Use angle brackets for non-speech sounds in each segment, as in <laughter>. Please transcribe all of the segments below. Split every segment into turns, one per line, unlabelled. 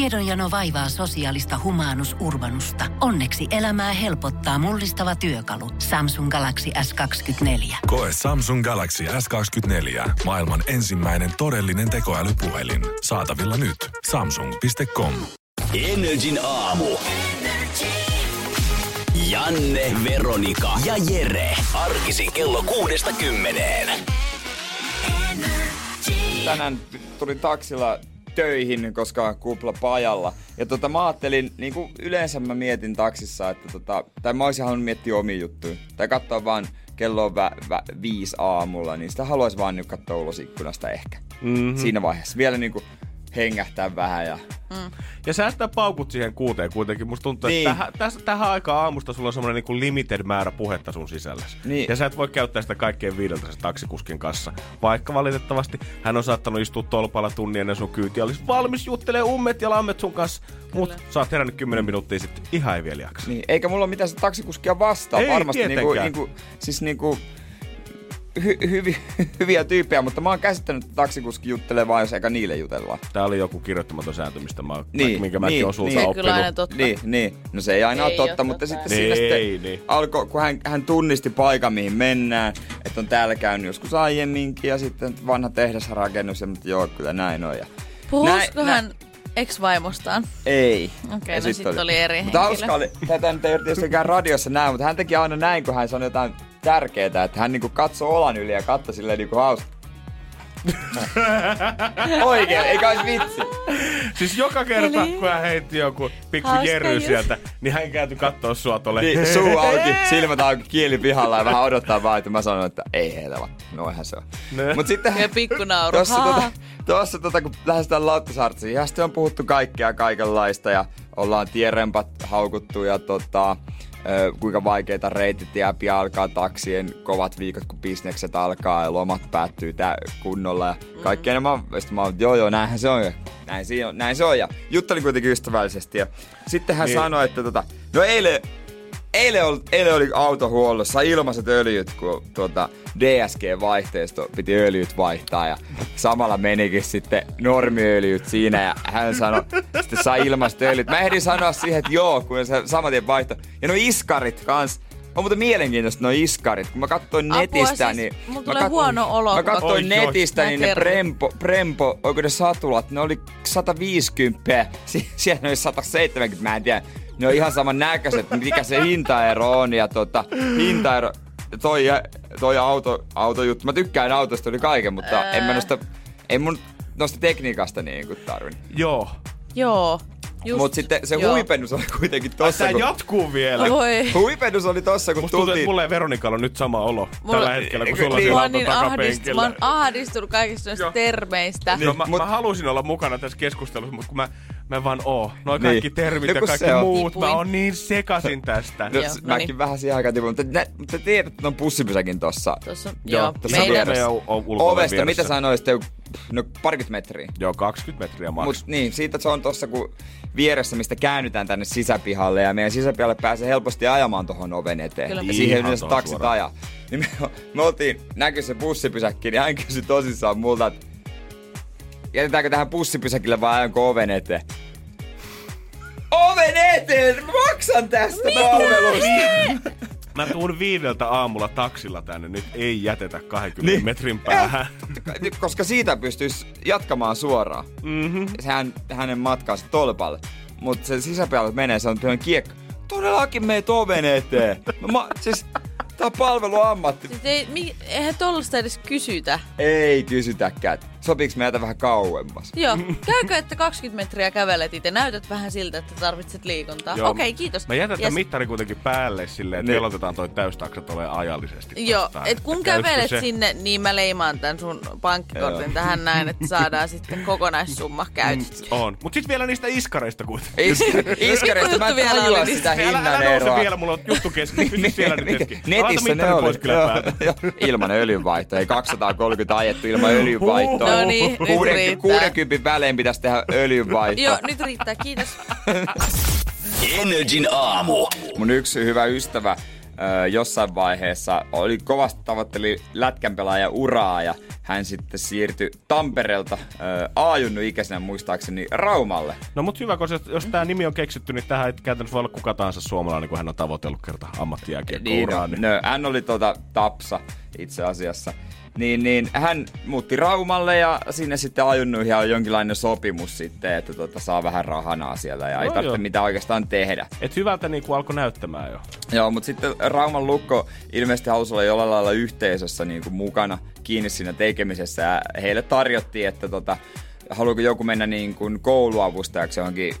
Tiedonjano vaivaa sosiaalista humanus urbanusta. Onneksi elämää helpottaa mullistava työkalu. Samsung Galaxy S24.
Koe Samsung Galaxy S24. Maailman ensimmäinen todellinen tekoälypuhelin. Saatavilla nyt. Samsung.com.
Energin aamu. Janne, Veronika ja Jere. Arkisin kello kuudesta kymmeneen.
tänään tulin taksilla töihin, koska kupla pajalla. Ja tota, mä ajattelin, niin kuin yleensä mä mietin taksissa, että tota, tai mä olisin halunnut miettiä omia juttuja. Tai katsoa vaan kello on vä, vä, viisi aamulla, niin sitä haluaisin vaan nyt katsoa ulos ikkunasta ehkä.
Mhm.
Mm-hmm. Siinä vaiheessa. Vielä niin kuin hengähtää vähän ja
Ja säästää paukut siihen kuuteen kuitenkin. Musta tuntuu, että
Niin.
tähän, täs, tähän aikaan aamusta sulla on semmoinen niinku limited määrä puhetta sun sisälläsi.
Niin.
Ja sä et voi käyttää sitä kaikkien viideltä sen taksikuskin kanssa. Vaikka valitettavasti hän on saattanut istua tolpalla tunnin ennen sun kyytiä. Olisi valmis juttelemaan ummet ja lammet sun kanssa. Mut sä oot herännyt 10 minuuttia sitten. Ihan ei vielä jaksa.
Niin, eikä mulla ole mitään sitä taksikuskia vastaan.
Ei
Varmasti niinku,
tietenkään.
niinku, siis niinku, hy, hyvi, <laughs> hyviä tyyppejä, mutta mä oon käsittänyt, että taksikuski juttelee vaan, jos eikä niille jutella.
Tää oli joku kirjoittamaton sääntö, mistä mä,
Niin,
minkä mäkin
niin,
oon sulta
niin.
Se
Se
on kyllä aina
oppinut.
totta.
Niin, niin. No se ei aina
Ei
ole totta,
oo
mutta
totta,
sitten
ei.
siinä
Ei,
sitten
niin.
alkoi, kun hän, hän tunnisti paikan, mihin mennään, että on täällä käynyt joskus aiemminkin ja sitten vanha tehdasrakennus ja mä, että joo, kyllä näin on. Ja
Puhuisiko
Näin-
hän ex-vaimostaan?
Ei.
Okei,
Ja
no sit oli eri
Mutta
henkilö.
hauska oli, tätä nyt ei ole tietystikään radiossa näin, mutta hän teki aina näin, kun hän sanoi jotain tärkeää, että hän niinku katsoo olan yli ja katsoi silleen niinku
<laughs>
hauska. Oikein, eikä olisi vitsi.
Siis joka kerta,
Eli-
kun hän heitti joku pikku
Hauska
jerry
juttu.
sieltä, niin hän käyty kattoo sua tolle. <laughs>
Niin, suu auki, silmät auki, kieli pihalla ja vähän odottaa vaan, että mä sanon, että ei heitä vaan. Noihän se on.
Ne.
Mut sitten...
Ja pikkunauru.
Tuossa,
Haa.
tota, tuossa tota, kun lähdetään Lauttasaartsiin, ihan sitten on puhuttu kaikkea kaikenlaista ja ollaan tierempat haukuttu ja tota, ö, kuinka vaikeita reitit ja äpi alkaa taksien kovat viikot, kun bisnekset alkaa ja lomat päättyy tää kunnolla ja kaikkea. Mm. Mä, sitten mä oon, joo joo, näinhän se on. ja Näin, siinä on, näin se on ja juttelin kuitenkin ystävällisesti. Ja sitten hän
Niin.
niin. sanoi, että tota, no eilen Eilen oli, eilen oli autohuollossa ilmaiset öljyt, kun tuota DSG-vaihteisto piti öljyt vaihtaa ja samalla menikin sitten normiöljyt siinä ja hän sanoi, sitten sai ilmaiset öljyt. Mä ehdin sanoa siihen, että joo, kun se saman tien vaihtoi. Ja no iskarit kans. On muuten mielenkiintoista no iskarit. Kun mä katsoin
Apua,
netistä,
siis
niin...
mulla
mä
tulee
katsoin-
huono olo,
Mä
kun mä-
katsoin
Oi, oi.
netistä,
Mä
niin ne
kerron.
prempo, prempo, oiko ne satulat, ne oli 150, si- siellä ne oli 170, mä en tiedä. Ne on ihan saman näköiset, mikä se hintaero on ja tota, hintaero, toi, toi auto, autojuttu, mä tykkään autosta yli kaiken, mutta en mä nosta, en mun nosta tekniikasta niin kuin tarvin.
Joo.
Joo. Just,
Mut sitten se
joo.
huipennus oli kuitenkin tossa,
Tää
kun,
jatkuu vielä.
Voi.
huipennus oli tossa, kun
Musta tuntuu, että
tultiin.
mulla ja Veronikalla on nyt sama olo
Mulla-
tällä hetkellä, kun sulla on
Niin.
siellä
Mä
auton
oon, niin ahdist, mä
takapenkillä.
oon ahdistunut kaikista näistä
Joo.
termeistä.
No, mä,
Mut-
mä halusin olla mukana tässä keskustelussa, mutta kun mä, mä en vaan oo. Noi
Niin.
kaikki termit
No
ja
kun
kaikki
se on.
muut, mä
Tipuin.
oon niin sekasin tästä.
No,
Joo,
s-
no
mäkin
niin.
vähän siihen aikaan tipun, mutta, nä, mutta tiedät, että on pussipysäkin tossa.
Tuossa, joo,
Tässä on
meidän,
vieressä.
meidän ul- ulkooven
Ovesta,
vieressä.
mitä sanoisit, joku- no parikymmentä metriä.
Joo, 20 metriä maks.
Mut niin, siitä se on tossa kun vieressä, mistä käännytään tänne sisäpihalle ja meidän sisäpihalle pääsee helposti ajamaan tohon oven eteen.
Kyllä.
Ja siihen
Ihan
yleensä
tohon
taksit
suoraan.
ajaa. Niin me, me oltiin, näkyi se bussipysäkki, niin hän kysyi tosissaan multa, että jätetäänkö tähän bussipysäkille vai ajanko oven eteen? Oven eteen! Mä maksan tästä palvelusta!
Mä tuun viideltä aamulla taksilla tänne, nyt ei jätetä 20 niin. metrin päähän.
Eh, Koska siitä pystyisi jatkamaan suoraan. Mm-hmm. Sehän hänen matkansa tolpalle. Mutta se sisäpihalle menee, se on pieni kiekko. Todellakin meet oven eteen. No Mä, siis, tää on palveluammatti.
Siis ei, mi, eihän tollasta edes kysytä.
Ei kysytäkään, että sopiks meitä vähän kauemmas.
Joo, käykö, että 20 metriä kävelet itse, näytät vähän siltä, että tarvitset liikuntaa.
Joo.
Okei, kiitos.
Mä jätän yes.
Jes.
mittari kuitenkin päälle silleen, että
Niin.
velotetaan toi täystaksa tulee ajallisesti.
Joo,
tosta,
et kun
että käykö
kävelet
se-
sinne, niin mä leimaan tämän sun pankkikortin tähän näin, että saadaan sitten kokonaissumma käytetty.
On. Mut sit vielä niistä iskareista kuitenkin.
Is- Iskareista mä en
Pikku juttu vielä
tajua
oli
sitä
Älä, älä
hinnan
nouse
eroa. <laughs>
vielä, mulla on juttu <laughs> kesken. Pysy siellä nyt hetki. Laita
Netissä ne
mittari
oli.
pois kyllä
Joo,
päältä.
joo. Ilman öljynvaihtoa. Ei 230 ajettu ilman öljynvaihtoa.
No niin, nyt riittää.
60 välein pitäisi tehdä öljynvaihto.
Joo, no nyt riittää, kiitos.
Energin aamu.
Mun yksi hyvä ystävä ö, jossain vaiheessa oli kovasti tavoitteli lätkänpelaajan uraa ja hän sitten siirtyi Tampereelta aajunnut ikäisenä muistaakseni Raumalle.
No mut hyvä, koska jos tämä nimi on keksitty, niin tähän ei käytännössä voi olla kuka tahansa suomalainen, kun hän on tavoitellut kerta
Niin, no,
ammattijääkiekko-uraa.
no, hän oli tuota Tapsa itse asiassa. Niin, niin, hän muutti Raumalle ja sinne sitten ajunnuihin on jonkinlainen sopimus sitten, että tuota, saa vähän rahanaa siellä ja no ei
No
tarvitse
joo.
mitään oikeastaan tehdä.
Et hyvältä niinku alkoi näyttämään jo.
Joo, mutta sitten Rauman Lukko ilmeisesti halusi olla jollain lailla yhteisössä niin kuin mukana kiinni siinä tekemisessä. Ja heille tarjottiin, että tota, haluaako joku mennä niin kuin kouluavustajaksi johonkin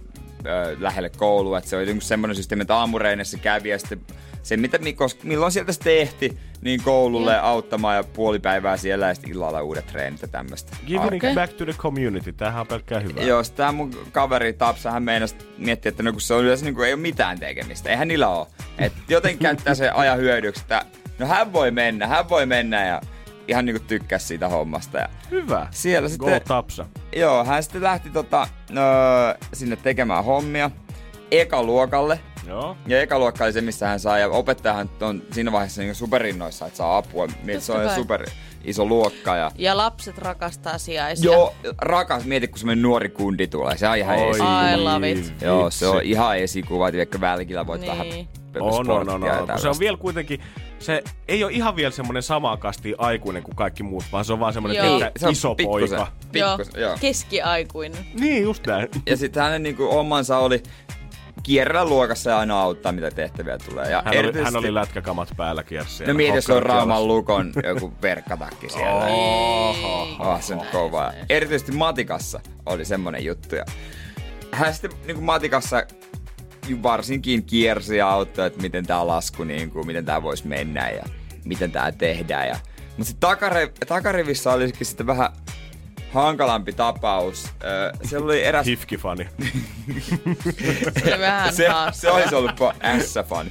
ö, lähelle koulua. Että se oli niin semmoinen systeemi, että aamureinessa kävi ja sitten se, mitä, mi- kos- milloin sieltä se tehti, niin koululle auttamaan ja puolipäivää siellä ja sitten illalla uudet treenit ja tämmöistä.
Giving
Okei.
okay. back to the community, tämähän on pelkkää hyvää.
Joo, tämä mun kaveri Tapsa, hän meinasi miettiä, että no kun se on yleensä niin kuin ei ole mitään tekemistä. Eihän niillä ole. Et joten käyttää se ajan hyödyksi, että no hän voi mennä, hän voi mennä ja ihan niin kuin tykkää siitä hommasta. Ja
Hyvä.
siellä
Go
sitten,
Tapsa.
joo, hän sitten lähti tota, öö, sinne tekemään hommia ekaluokalle.
Joo.
Ja ekaluokka oli se, missä hän saa, ja opettajahan on siinä vaiheessa niin superinnoissa, että saa apua. Niin, Se on
kai.
super iso luokka. Ja
<laughs> Ja lapset rakastaa sijaisia.
Joo, rakas, mieti kun semmonen nuori kundi tulee, se on ihan
Oi,
esi.
Ai, love it.
vitsi.
Joo, se on ihan esikuva, tiedätkö, välkillä voit
Niin.
vähän
On, on, on,
sporttia ja
on. Kun no, Se on
tällaista.
vielä kuitenkin, se ei ole ihan vielä semmoinen samaa kastia aikuinen kuin kaikki muut, vaan se on vaan semmoinen
Joo.
pelkkä
Niin, Se on
iso
pikkusen,
poika.
pikkusen, joo.
Keskiaikuinen.
Niin, just näin.
Ja sitten hänen niinku omansa oli kierrellä luokassa ja aina auttaa, mitä tehtäviä tulee. Ja
Hän oli, hän oli lätkäkamat päällä kiersi.
No mieti, jos on
Hokkarit
Rauman
jalassa.
lukon joku verkkatakki
<laughs>
siellä.
Niin.
Ah, se on kovaa. Erityisesti matikassa oli semmonen juttu. Ja hän sitten niin matikassa varsinkin kiersi ja auttoi, että miten tämä lasku, niin kuin, miten tämä voisi mennä ja miten tämä tehdään. Ja... Mutta sitten takare, takarivissä olisikin sitten vähän hankalampi tapaus. Öö, siellä oli eräs...
Hifkifani.
Se oli
<laughs>
vähän
se, se
haastava.
<laughs> olisi ollut po- S-fan.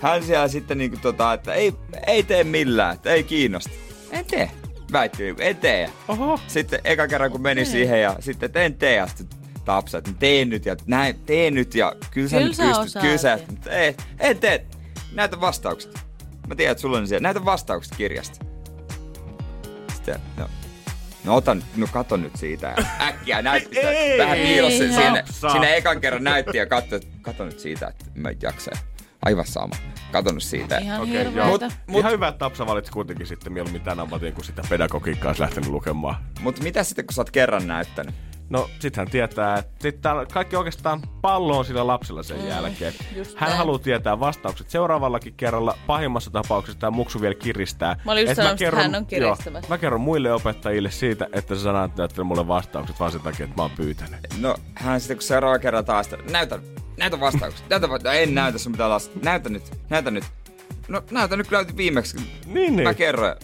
Hän siellä sitten niinku tota, että ei, ei tee millään, että ei kiinnosta. En tee. Väitti, niinku, en tee.
Oho.
Sitten eka kerran kun meni siihen ja sitten että en tee ja sitten tapsa, että teen nyt ja näin, teen nyt ja kyllä sä
Kyllä
nyt
sä
pystyt,
osaat
kyllä sä,
ja-
mutta ei, en tee. Näytä vastaukset. Mä tiedän, että sulla on ne siellä. Näytä vastaukset kirjasta. Sitten, no, no ota nyt, no kato nyt siitä. Ja äkkiä näytti, että
Ei,
vähän piilossa
ei,
sinne,
Tapsa.
sinne ekan kerran näytti ja katso, että kato nyt siitä, että mä jaksan. Aivan sama. Katonut siitä.
Ihan
Okei,
okay,
joo.
hirveetä.
Mut- Mut... Ihan hyvä, että Tapsa valitsi kuitenkin sitten mieluummin tämän ammatin, kun sitä pedagogiikkaa olisi lähtenyt lukemaan.
Mutta mitä sitten, kun sä oot kerran näyttänyt?
No, sit hän tietää, että sit täällä kaikki oikeastaan pallo on sillä lapsella sen mm, jälkeen.
just
Hän
näin.
haluaa tietää vastaukset seuraavallakin kerralla. Pahimmassa tapauksessa tämä muksu vielä kiristää.
Mä olin just
Et
sanomassa, että hän on kiristämässä.
Joo, mä kerron muille opettajille siitä, että sä sanoit näyttänyt mulle vastaukset vaan sen takia, että mä oon pyytänyt.
No, hän sitten kun seuraava kerran taas, että näytä, näytä
<laughs>
vastaukset. Näytä, va- no, en näytä, sun pitää las. Näytä nyt, näytä nyt. No, näytä nyt kyllä viimeksi.
Niin, niin.
Mä kerroin.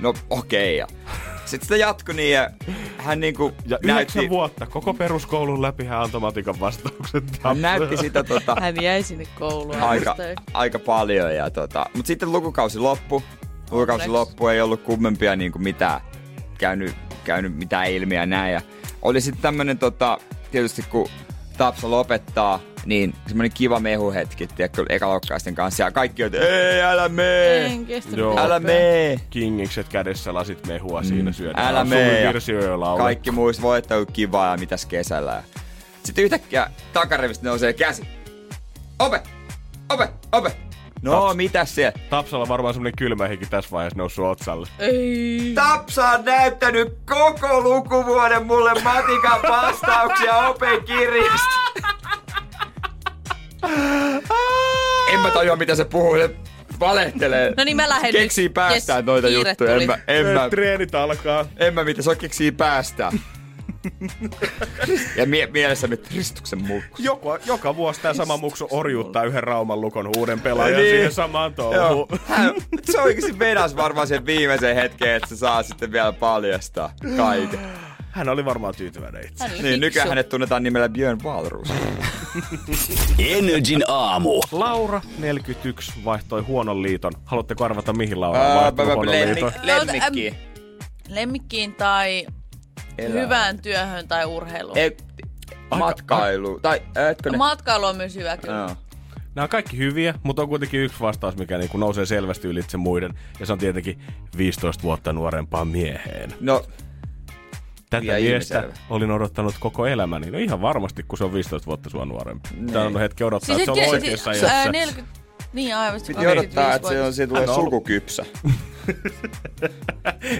No, okei. Okay. Sitten sitä jatkui niin ja hän niinku
Ja
näytti,
yhdeksän vuotta koko peruskoulun läpi hän antoi matikan vastaukset.
hän näytti sitä
<laughs>
tota,
Hän jäi sinne kouluun.
aika,
Aika.
aika paljon. Ja tota, mutta sitten lukukausi loppu. Lukukausi
Onneksi.
loppu ei ollut kummempia niin kuin mitään, käynyt, käynyt mitään ilmiä näin. Ja oli sitten tämmönen tota, tietysti kun Tapsa lopettaa, niin semmonen kiva mehuhetki, tiedätkö, ekalokkaisten kanssa. Ja kaikki on, että ei, älä mee,
En kestä
Joo.
mitään
älä
häpeää.
mee.
Kingikset kädessä, lasit mehua siinä syödään.
Mm. Älä mee. ja
Virsiöjälaulu.
Kaikki muista voittaa kivaa ja mitäs kesällä. ja- Sitten yhtäkkiä takarivistä nousee käsi. Ope! Ope! Ope! No,
Taps.
mitäs siellä?
Tapsalla varmaan semmonen kylmä hiki tässä vaiheessa noussut otsalle.
Ei.
Tapsa on näyttänyt koko lukuvuoden mulle matikan vastauksia openkirjasta. en mä tajua, mitä se puhuu. Se valehtelee.
No niin, mä lähden nyt.
Keksii päästään
Jes,
noita
kiire
juttuja. En
tuli.
mä, en mä,
Öö, Treenit alkaa.
en mä mitä, se on keksii päästään. ja mie- mielessämme Kristuksen muukku.
Joka, joka vuosi tämä sama muksu orjuuttaa yhden Rauman lukon uuden pelaajan
Niin.
niin. siihen samaan touhuun.
Hän- Se oikeasti vedas varmaan sen viimeisen hetkeen, että se saa sitten vielä paljastaa kaiken.
Niin.
Hän oli varmaan tyytyväinen itse.
Hän oli
Niin, nykyään
fiksu.
hänet tunnetaan nimellä Björn Wahlroos.
Energin aamu.
Laura, 41, vaihtoi huonon liiton. Haluatteko arvata, mihin Laura on
Ää,
vaihtunut huonon
lemmik-
liiton?
No,
Lemmikki.
Lemmikkiin tai
Elää.
hyvään työhön tai urheiluun.
Ei, E- matkailu. Tai, etkö ne?
Matkailu on myös hyvä kyllä.
Joo.
Nämä on kaikki hyviä, mutta on kuitenkin yksi vastaus, mikä niin kuin nousee selvästi ylitse muiden. Ja se on tietenkin 15 vuotta nuorempaan mieheen.
No,
Tätä
Ja
miestä
ilmiselvä.
olin odottanut koko elämäni. No ihan varmasti, kun se on 15 vuotta sua nuorempi. Tämä on hetki odottaa,
Siis
että se on
hetki,
oikeassa
siis,
iässä.
ää, 40... Niin aivan, se
piti odottaa, että se,
25-vuotias.
on, se tulee
Hän on ollut- <laughs>
sukukypsä.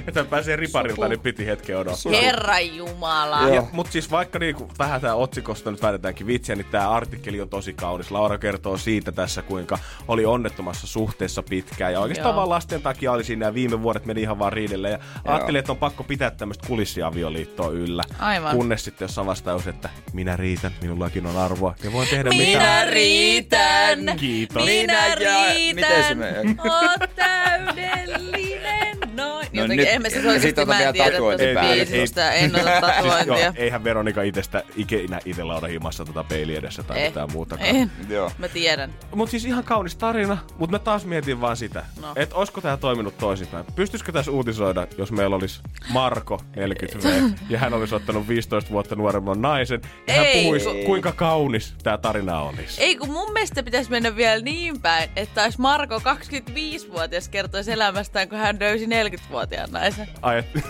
Että pääsee riparilta,
Suku.
niin piti hetken odottaa.
Herran Jumala.
Joo.
Ja, mutta siis vaikka niinku, vähän tämä otsikosta nyt väitetäänkin vitsiä, niin tämä artikkeli on tosi kaunis. Laura kertoo siitä tässä, kuinka oli onnettomassa suhteessa pitkään. Ja oikeastaan
Joo.
vaan lasten takia oli siinä ja viime vuodet meni ihan vaan riidelle. Ja ajattelin, että on pakko pitää tämmöistä kulissiavioliittoa yllä.
Aivan.
Kunnes sitten jossain vastaus, että minä riitän, minullakin on arvoa ja voin tehdä
Minä
No mitä.
riitän.
Kiitos.
Minä
Minä ja-
riitän.
miten se menee?
Oot täydellinen. Noin.
No
Jotenkin
nyt-
en mä siis
ja sit
oikeesti
ota
mä
vielä
en tiedä
tatuointi
tosta
päälle.
biisistä. En ota
Siis, joo,
tatuointia.
eihän Veronika itsestä ikinä itse Laura himassa tota peili edessä tai
Eh,
mitään muuta.
en.
Joo.
Mä tiedän.
Mut siis ihan kaunis tarina, mut mä taas mietin vaan sitä, no.
No.
että olisiko tää toiminut toisinpäin. Pystyisikö tässä uutisoida, jos meillä olisi Marko
<laughs>
40V ja hän olisi ottanut 15 vuotta nuoremman naisen ja hän
Ei,
puhuisi,
kun-
kuinka kaunis tää tarina olisi.
Ei kun mun mielestä pitäisi mennä vielä niin päin, että olisi Marko 25-vuotias kertoisi elämästään, kun hän löysi 40-vuotiaan naisen.
Ai, <laughs> et-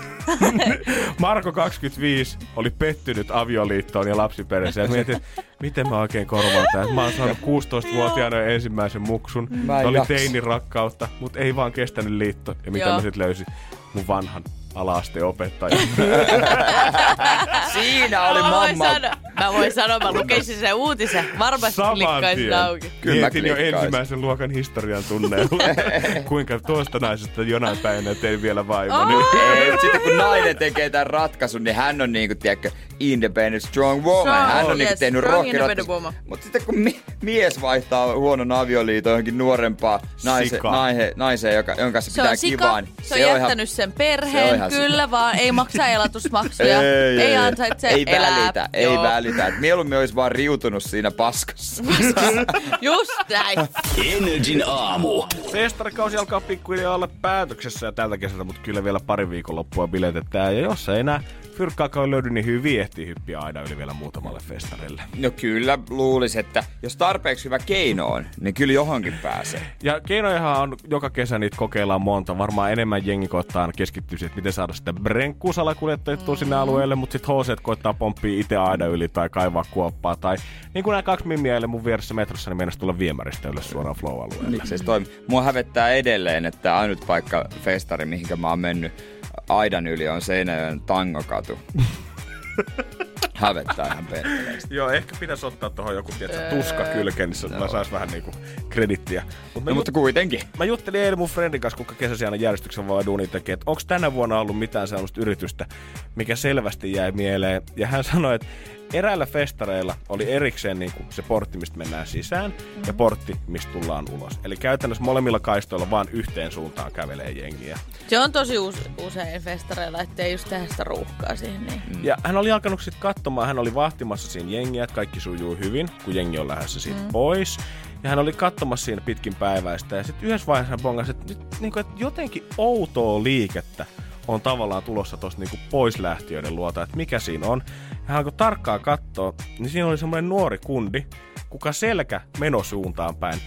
Marko 25 oli pettynyt avioliittoon ja lapsiperheeseen. Ja mietin, että miten mä oikein korvaan tämän. Mä oon saanut 16-vuotiaana ensimmäisen muksun.
Mä en
Se oli
jaksa.
teinin rakkautta, mutta ei vaan kestänyt liitto. Ja mitä
Joo.
mä sit löysin? Mun vanhan ala-asteen opettaja.
Siinä oli
mä voin
mamma.
sanoa, mä voin sanoa, mä lukisin sen uutisen. Varmasti
Saman
klikkaisin
tien.
auki.
Kyllä mä
Mietin jo
klikkaisin.
ensimmäisen luokan historian tunneilla,
<laughs>
kuinka tuosta naisesta jonain päivänä tein vielä vaimoni.
Oh!
Ei, mut sitten kun nainen tekee tämän ratkaisun, niin hän on niinku, tiedätkö, independent strong woman.
Strong,
hän on niinku
yes,
tehnyt
strong
rohkerat.
independent woman.
Mutta sitten kun mi- mies vaihtaa huonon avioliiton johonkin nuorempaan naise,
Sika.
naihe, naiseen, joka, jonka se,
Se
pitää
on sika,
kivaa, niin
se on jättänyt
ihan,
sen
se on
perheen,
ihan sika.
kyllä vaan, ei maksa
<laughs>
elatusmaksuja, ei, ei ansaitse
ei
elää.
välitä, ei välitä. Et mieluummin olisi vaan riutunut siinä paskassa.
<laughs> Just näin.
Energin aamu.
Festarikausi alkaa pikkuhiljaa olla päätöksessä ja tältä kesältä, mutta kyllä vielä pari viikonloppua biletetään. Ja jos ei enää fyrkkaakaan löydy, niin hyvin ehtii hyppiä aina yli vielä muutamalle festarille.
<laughs> No kyllä luulis, että jos tarpeeksi hyvä keino on, niin kyllä johonkin pääsee.
Ja keinojahan on joka kesä niitä kokeillaan monta. Varmaan enemmän jengi koittaa keskittyä siihen, että miten saada sitä brenkkuusala kuljetettua mm. sinne alueelle, mutta sitten HC koittaa pomppia itse aina yli tai kaivaa kuoppaa. Tai niin kuin nämä kaksi mimmiä eilen mun vieressä metrossa, niin meinasi tulla viemäristä ylös suoraan flow-alueelle.
Miksei se toimi? Siis Mua hävettää edelleen, että ainut paikka festari, mihinkä mä oon mennyt aidan yli, on Seinäjoen <laughs> tangokatu. hävettää ihan perkeleesti.
Joo, ehkä pitäisi ottaa tuohon joku tietysti, tuska kylkeen, niin se mä sais vähän niinku kredittiä. Mut
No, mutta kuitenkin.
Mä juttelin eilen mun friendin kanssa, kuka kesäsi aina järjestyksen vaan duuni tekee, että onko tänä vuonna ollut mitään sellaista yritystä, mikä selvästi jäi mieleen. Ja hän sanoi, että eräillä festareilla oli erikseen niin kuin se portti, mistä mennään sisään, ja portti, mistä tullaan ulos. Eli käytännössä molemmilla kaistoilla vaan yhteen suuntaan kävelee jengiä.
Se on tosi use- usein festareilla, ettei just tehdä sitä ruuhkaa siihen. Niin.
Mm. Ja hän oli alkanut sitten katsomaan, hän oli vahtimassa siinä jengiä, että kaikki sujuu hyvin, kun jengi on lähdössä siitä mm. pois. Ja hän oli katsomassa siinä pitkin päiväistä ja sitten yhdessä vaiheessa hän bongasi, että nyt niin kuin, että jotenkin outoa liikettä on tavallaan tulossa tuosta niin pois lähtiöiden luota, että mikä siinä on. Ja hän alkoi tarkkaan katsoa, niin siinä oli semmoinen nuori kundi, kuka selkä menosuuntaan päin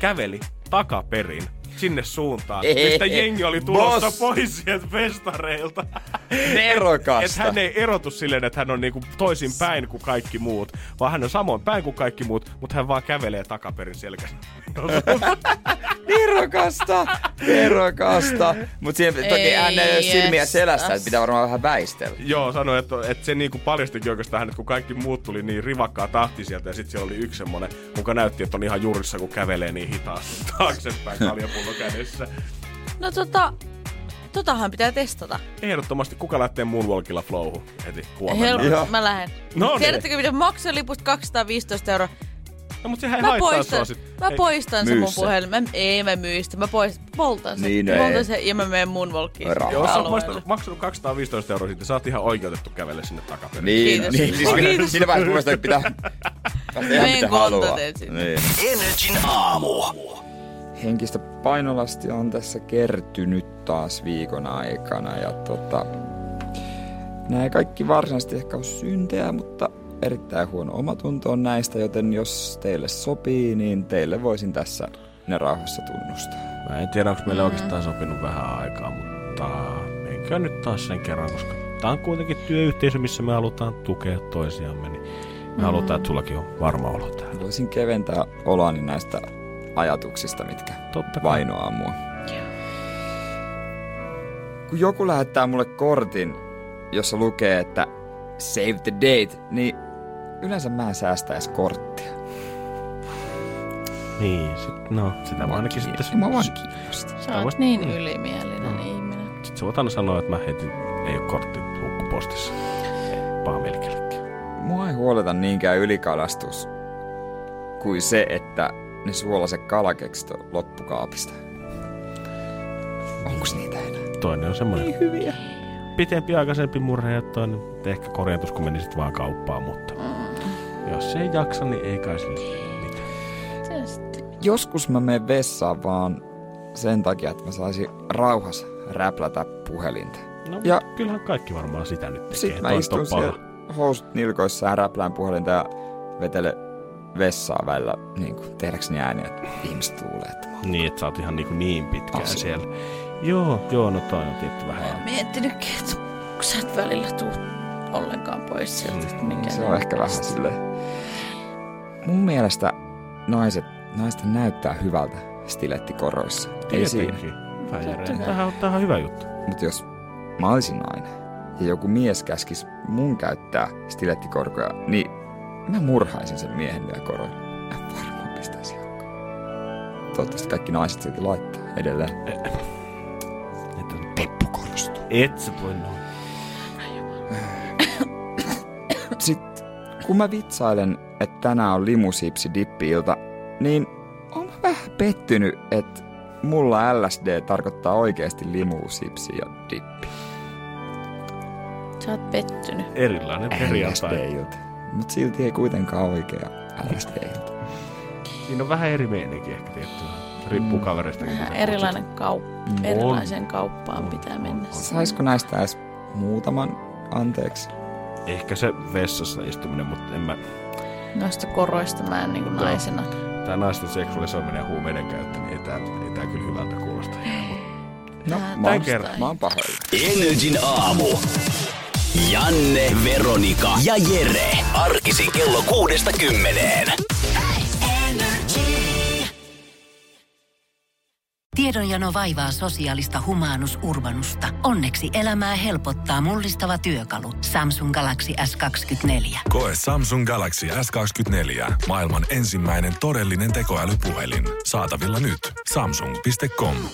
käveli takaperin sinne suuntaan,
Ei,
mistä jengi oli tulossa
boss.
pois sieltä festareilta. <laughs>
Nerokasta.
Että hän ei erotu silleen, että hän on niinku toisin päin kuin kaikki muut, vaan hän on samoin päin kuin kaikki muut, mutta hän vaan kävelee takaperin selkänsä.
<laughs> Nerokasta! Nerokasta! Mutta toki
Ei
hän ei ole silmiä
jestas.
selästä, että pitää varmaan vähän väistellä.
<laughs> Joo, sanoi, että, että se niinku paljastikin oikeastaan hänet, kun kaikki muut tuli niin rivakkaa tahti sieltä, ja sitten siellä oli yksi semmonen, kuka näytti, että on ihan jurissa, kun kävelee niin hitaasti <laughs> taaksepäin kaljapullo kädessä.
No tota, totahan pitää testata.
Ehdottomasti, kuka lähtee moonwalkilla flowhun heti huomenna?
Helposti,
Joo.
mä lähden.
No niin.
Tiedättekö, mitä maksaa lipusta 215 euroa?
No, mutta sehän ei
Mä
haittaa sua
poistan,
sit.
mä
Ei-
poistan sen
Myy
mun
se.
puhelimen. Mä- Ei mä myy sitä, mä poistan, poltan sen.
Niin,
Niin,
ei.
poltan sen ja mä menen mun volkkiin.
Rahaa.
Jos sä oot
alueelle.
maksanut- maksanut 215 euroa siitä, sä oot ihan oikeutettu kävelle sinne takaperin.
Niin,
Kiitos.
niin siis
Kiitos.
siinä- siinä vaiheessa muista, että pitää tehdä
Meen
mitä haluaa.
kontoteet sitten.
Niin.
Energin aamu.
henkistä painolastia on tässä kertynyt taas viikon aikana. Ja tota, nämä ei kaikki varsinaisesti ehkä ole syntejä, mutta erittäin huono omatunto on näistä, joten jos teille sopii, niin teille voisin tässä ne rauhassa tunnustaa.
Mä en tiedä, onko meille
Mm.
oikeastaan sopinut vähän aikaa, mutta menkää nyt taas sen kerran, koska tää on kuitenkin työyhteisö, missä me halutaan tukea toisiamme, niin
Mm.
me halutaan, että sullakin on varma olo täällä.
Voisin keventää olani näistä ajatuksista, mitkä
Totta kai.
vainoaa mua. Kun joku lähettää mulle kortin, jossa lukee, että save the date, niin yleensä mä en säästäis korttia.
Niin, sit, no, sitä mä ainakin sitten...
Mua vaan kiinnostaa.
Sä oot
voit-
niin
Mm.
ylimielinen ihminen.
Sit sä voit aina sanoa, että mä heitin, ei ole kortti lukkupostissa. Paha melkellekään.
Mua ei huoleta niinkään ylikalastus kuin se, että ne suolaiset kalakeksit on loppukaapista. Onko niitä enää?
Toinen on semmoinen... Niin hyviä. Pitempi aikaisempi murhe ja toinen että ehkä korjatus, kun menisit vaan kauppaan, mutta...
Mm.
Jos ei jaksa, niin ei kai sille mitään.
Joskus mä menen vessaan vaan sen takia, että mä saisin rauhassa räplätä puhelinta.
No,
Ja-
ja kyllähän kaikki varmaan sitä nyt tekee.
Sitten mä
Toi
istun
topalla.
siellä housut nilkoissa ja räplään puhelinta ja vetele vessaa välillä niin kuin, tehdäkseni ääniä, että ihmiset luulee, että mä oon-
Niin, että sä oot ihan niin, niin pitkään
Asia.
siellä. Joo, joo, no toi on tietty vähän.
Miettinytkin, että sä et välillä tuu ollenkaan pois sieltä, että mikä
Mm,
niin.
Se on ehkä vähän sille. Mun mielestä naiset, naista näyttää hyvältä stilettikoroissa. Ei siinä.
Tietenkin. Hyvä Jere. Tämähän on, tämähän on hyvä juttu.
Mutta jos mä olisin nainen ja joku mies käskis mun käyttää stilettikorkoja, niin mä murhaisin sen miehen niillä koroilla. Mä varmaan pistäisin jalkaan. Toivottavasti kaikki naiset silti laittaa edelleen.
Että peppu korostuu. Et sä voi no, noin.
Sitten kun mä vitsailen, että tänään on limusipsi dippiilta, niin on vähän pettynyt, että mulla LSD tarkoittaa oikeasti limusipsi ja dippi.
Sä oot pettynyt.
Erilainen perjantai.
LSD-ilta. Mut silti ei kuitenkaan oikea LSD-ilta.
Siinä on Niin, no, vähän eri meininki ehkä tiettyä. Riippuu
Mm.
kavereista.
Vähän erilainen kauppa. Erilaisen kauppaan pitää mennä.
Saisiko näistä edes muutaman anteeksi?
Ehkä se vessassa istuminen, mutta en mä...
Noista koroista mä en niinku naisena.
No,
Tää naisten seksuaalisoiminen ja huumeiden käyttö, niin ei tää, ei tää kyllä hyvältä kuulosta.
No,
Tää
mä oon,
kerran.
mä oon pahoilla.
Energin aamu. Janne, Veronika ja Jere. Arkisin kello kuudesta kymmeneen.
Tiedonjano vaivaa sosiaalista humanus urbanusta. Onneksi elämää helpottaa mullistava työkalu. Samsung Galaxy S24.
Koe Samsung Galaxy S24. Maailman ensimmäinen todellinen tekoälypuhelin. Saatavilla nyt. Samsung.com.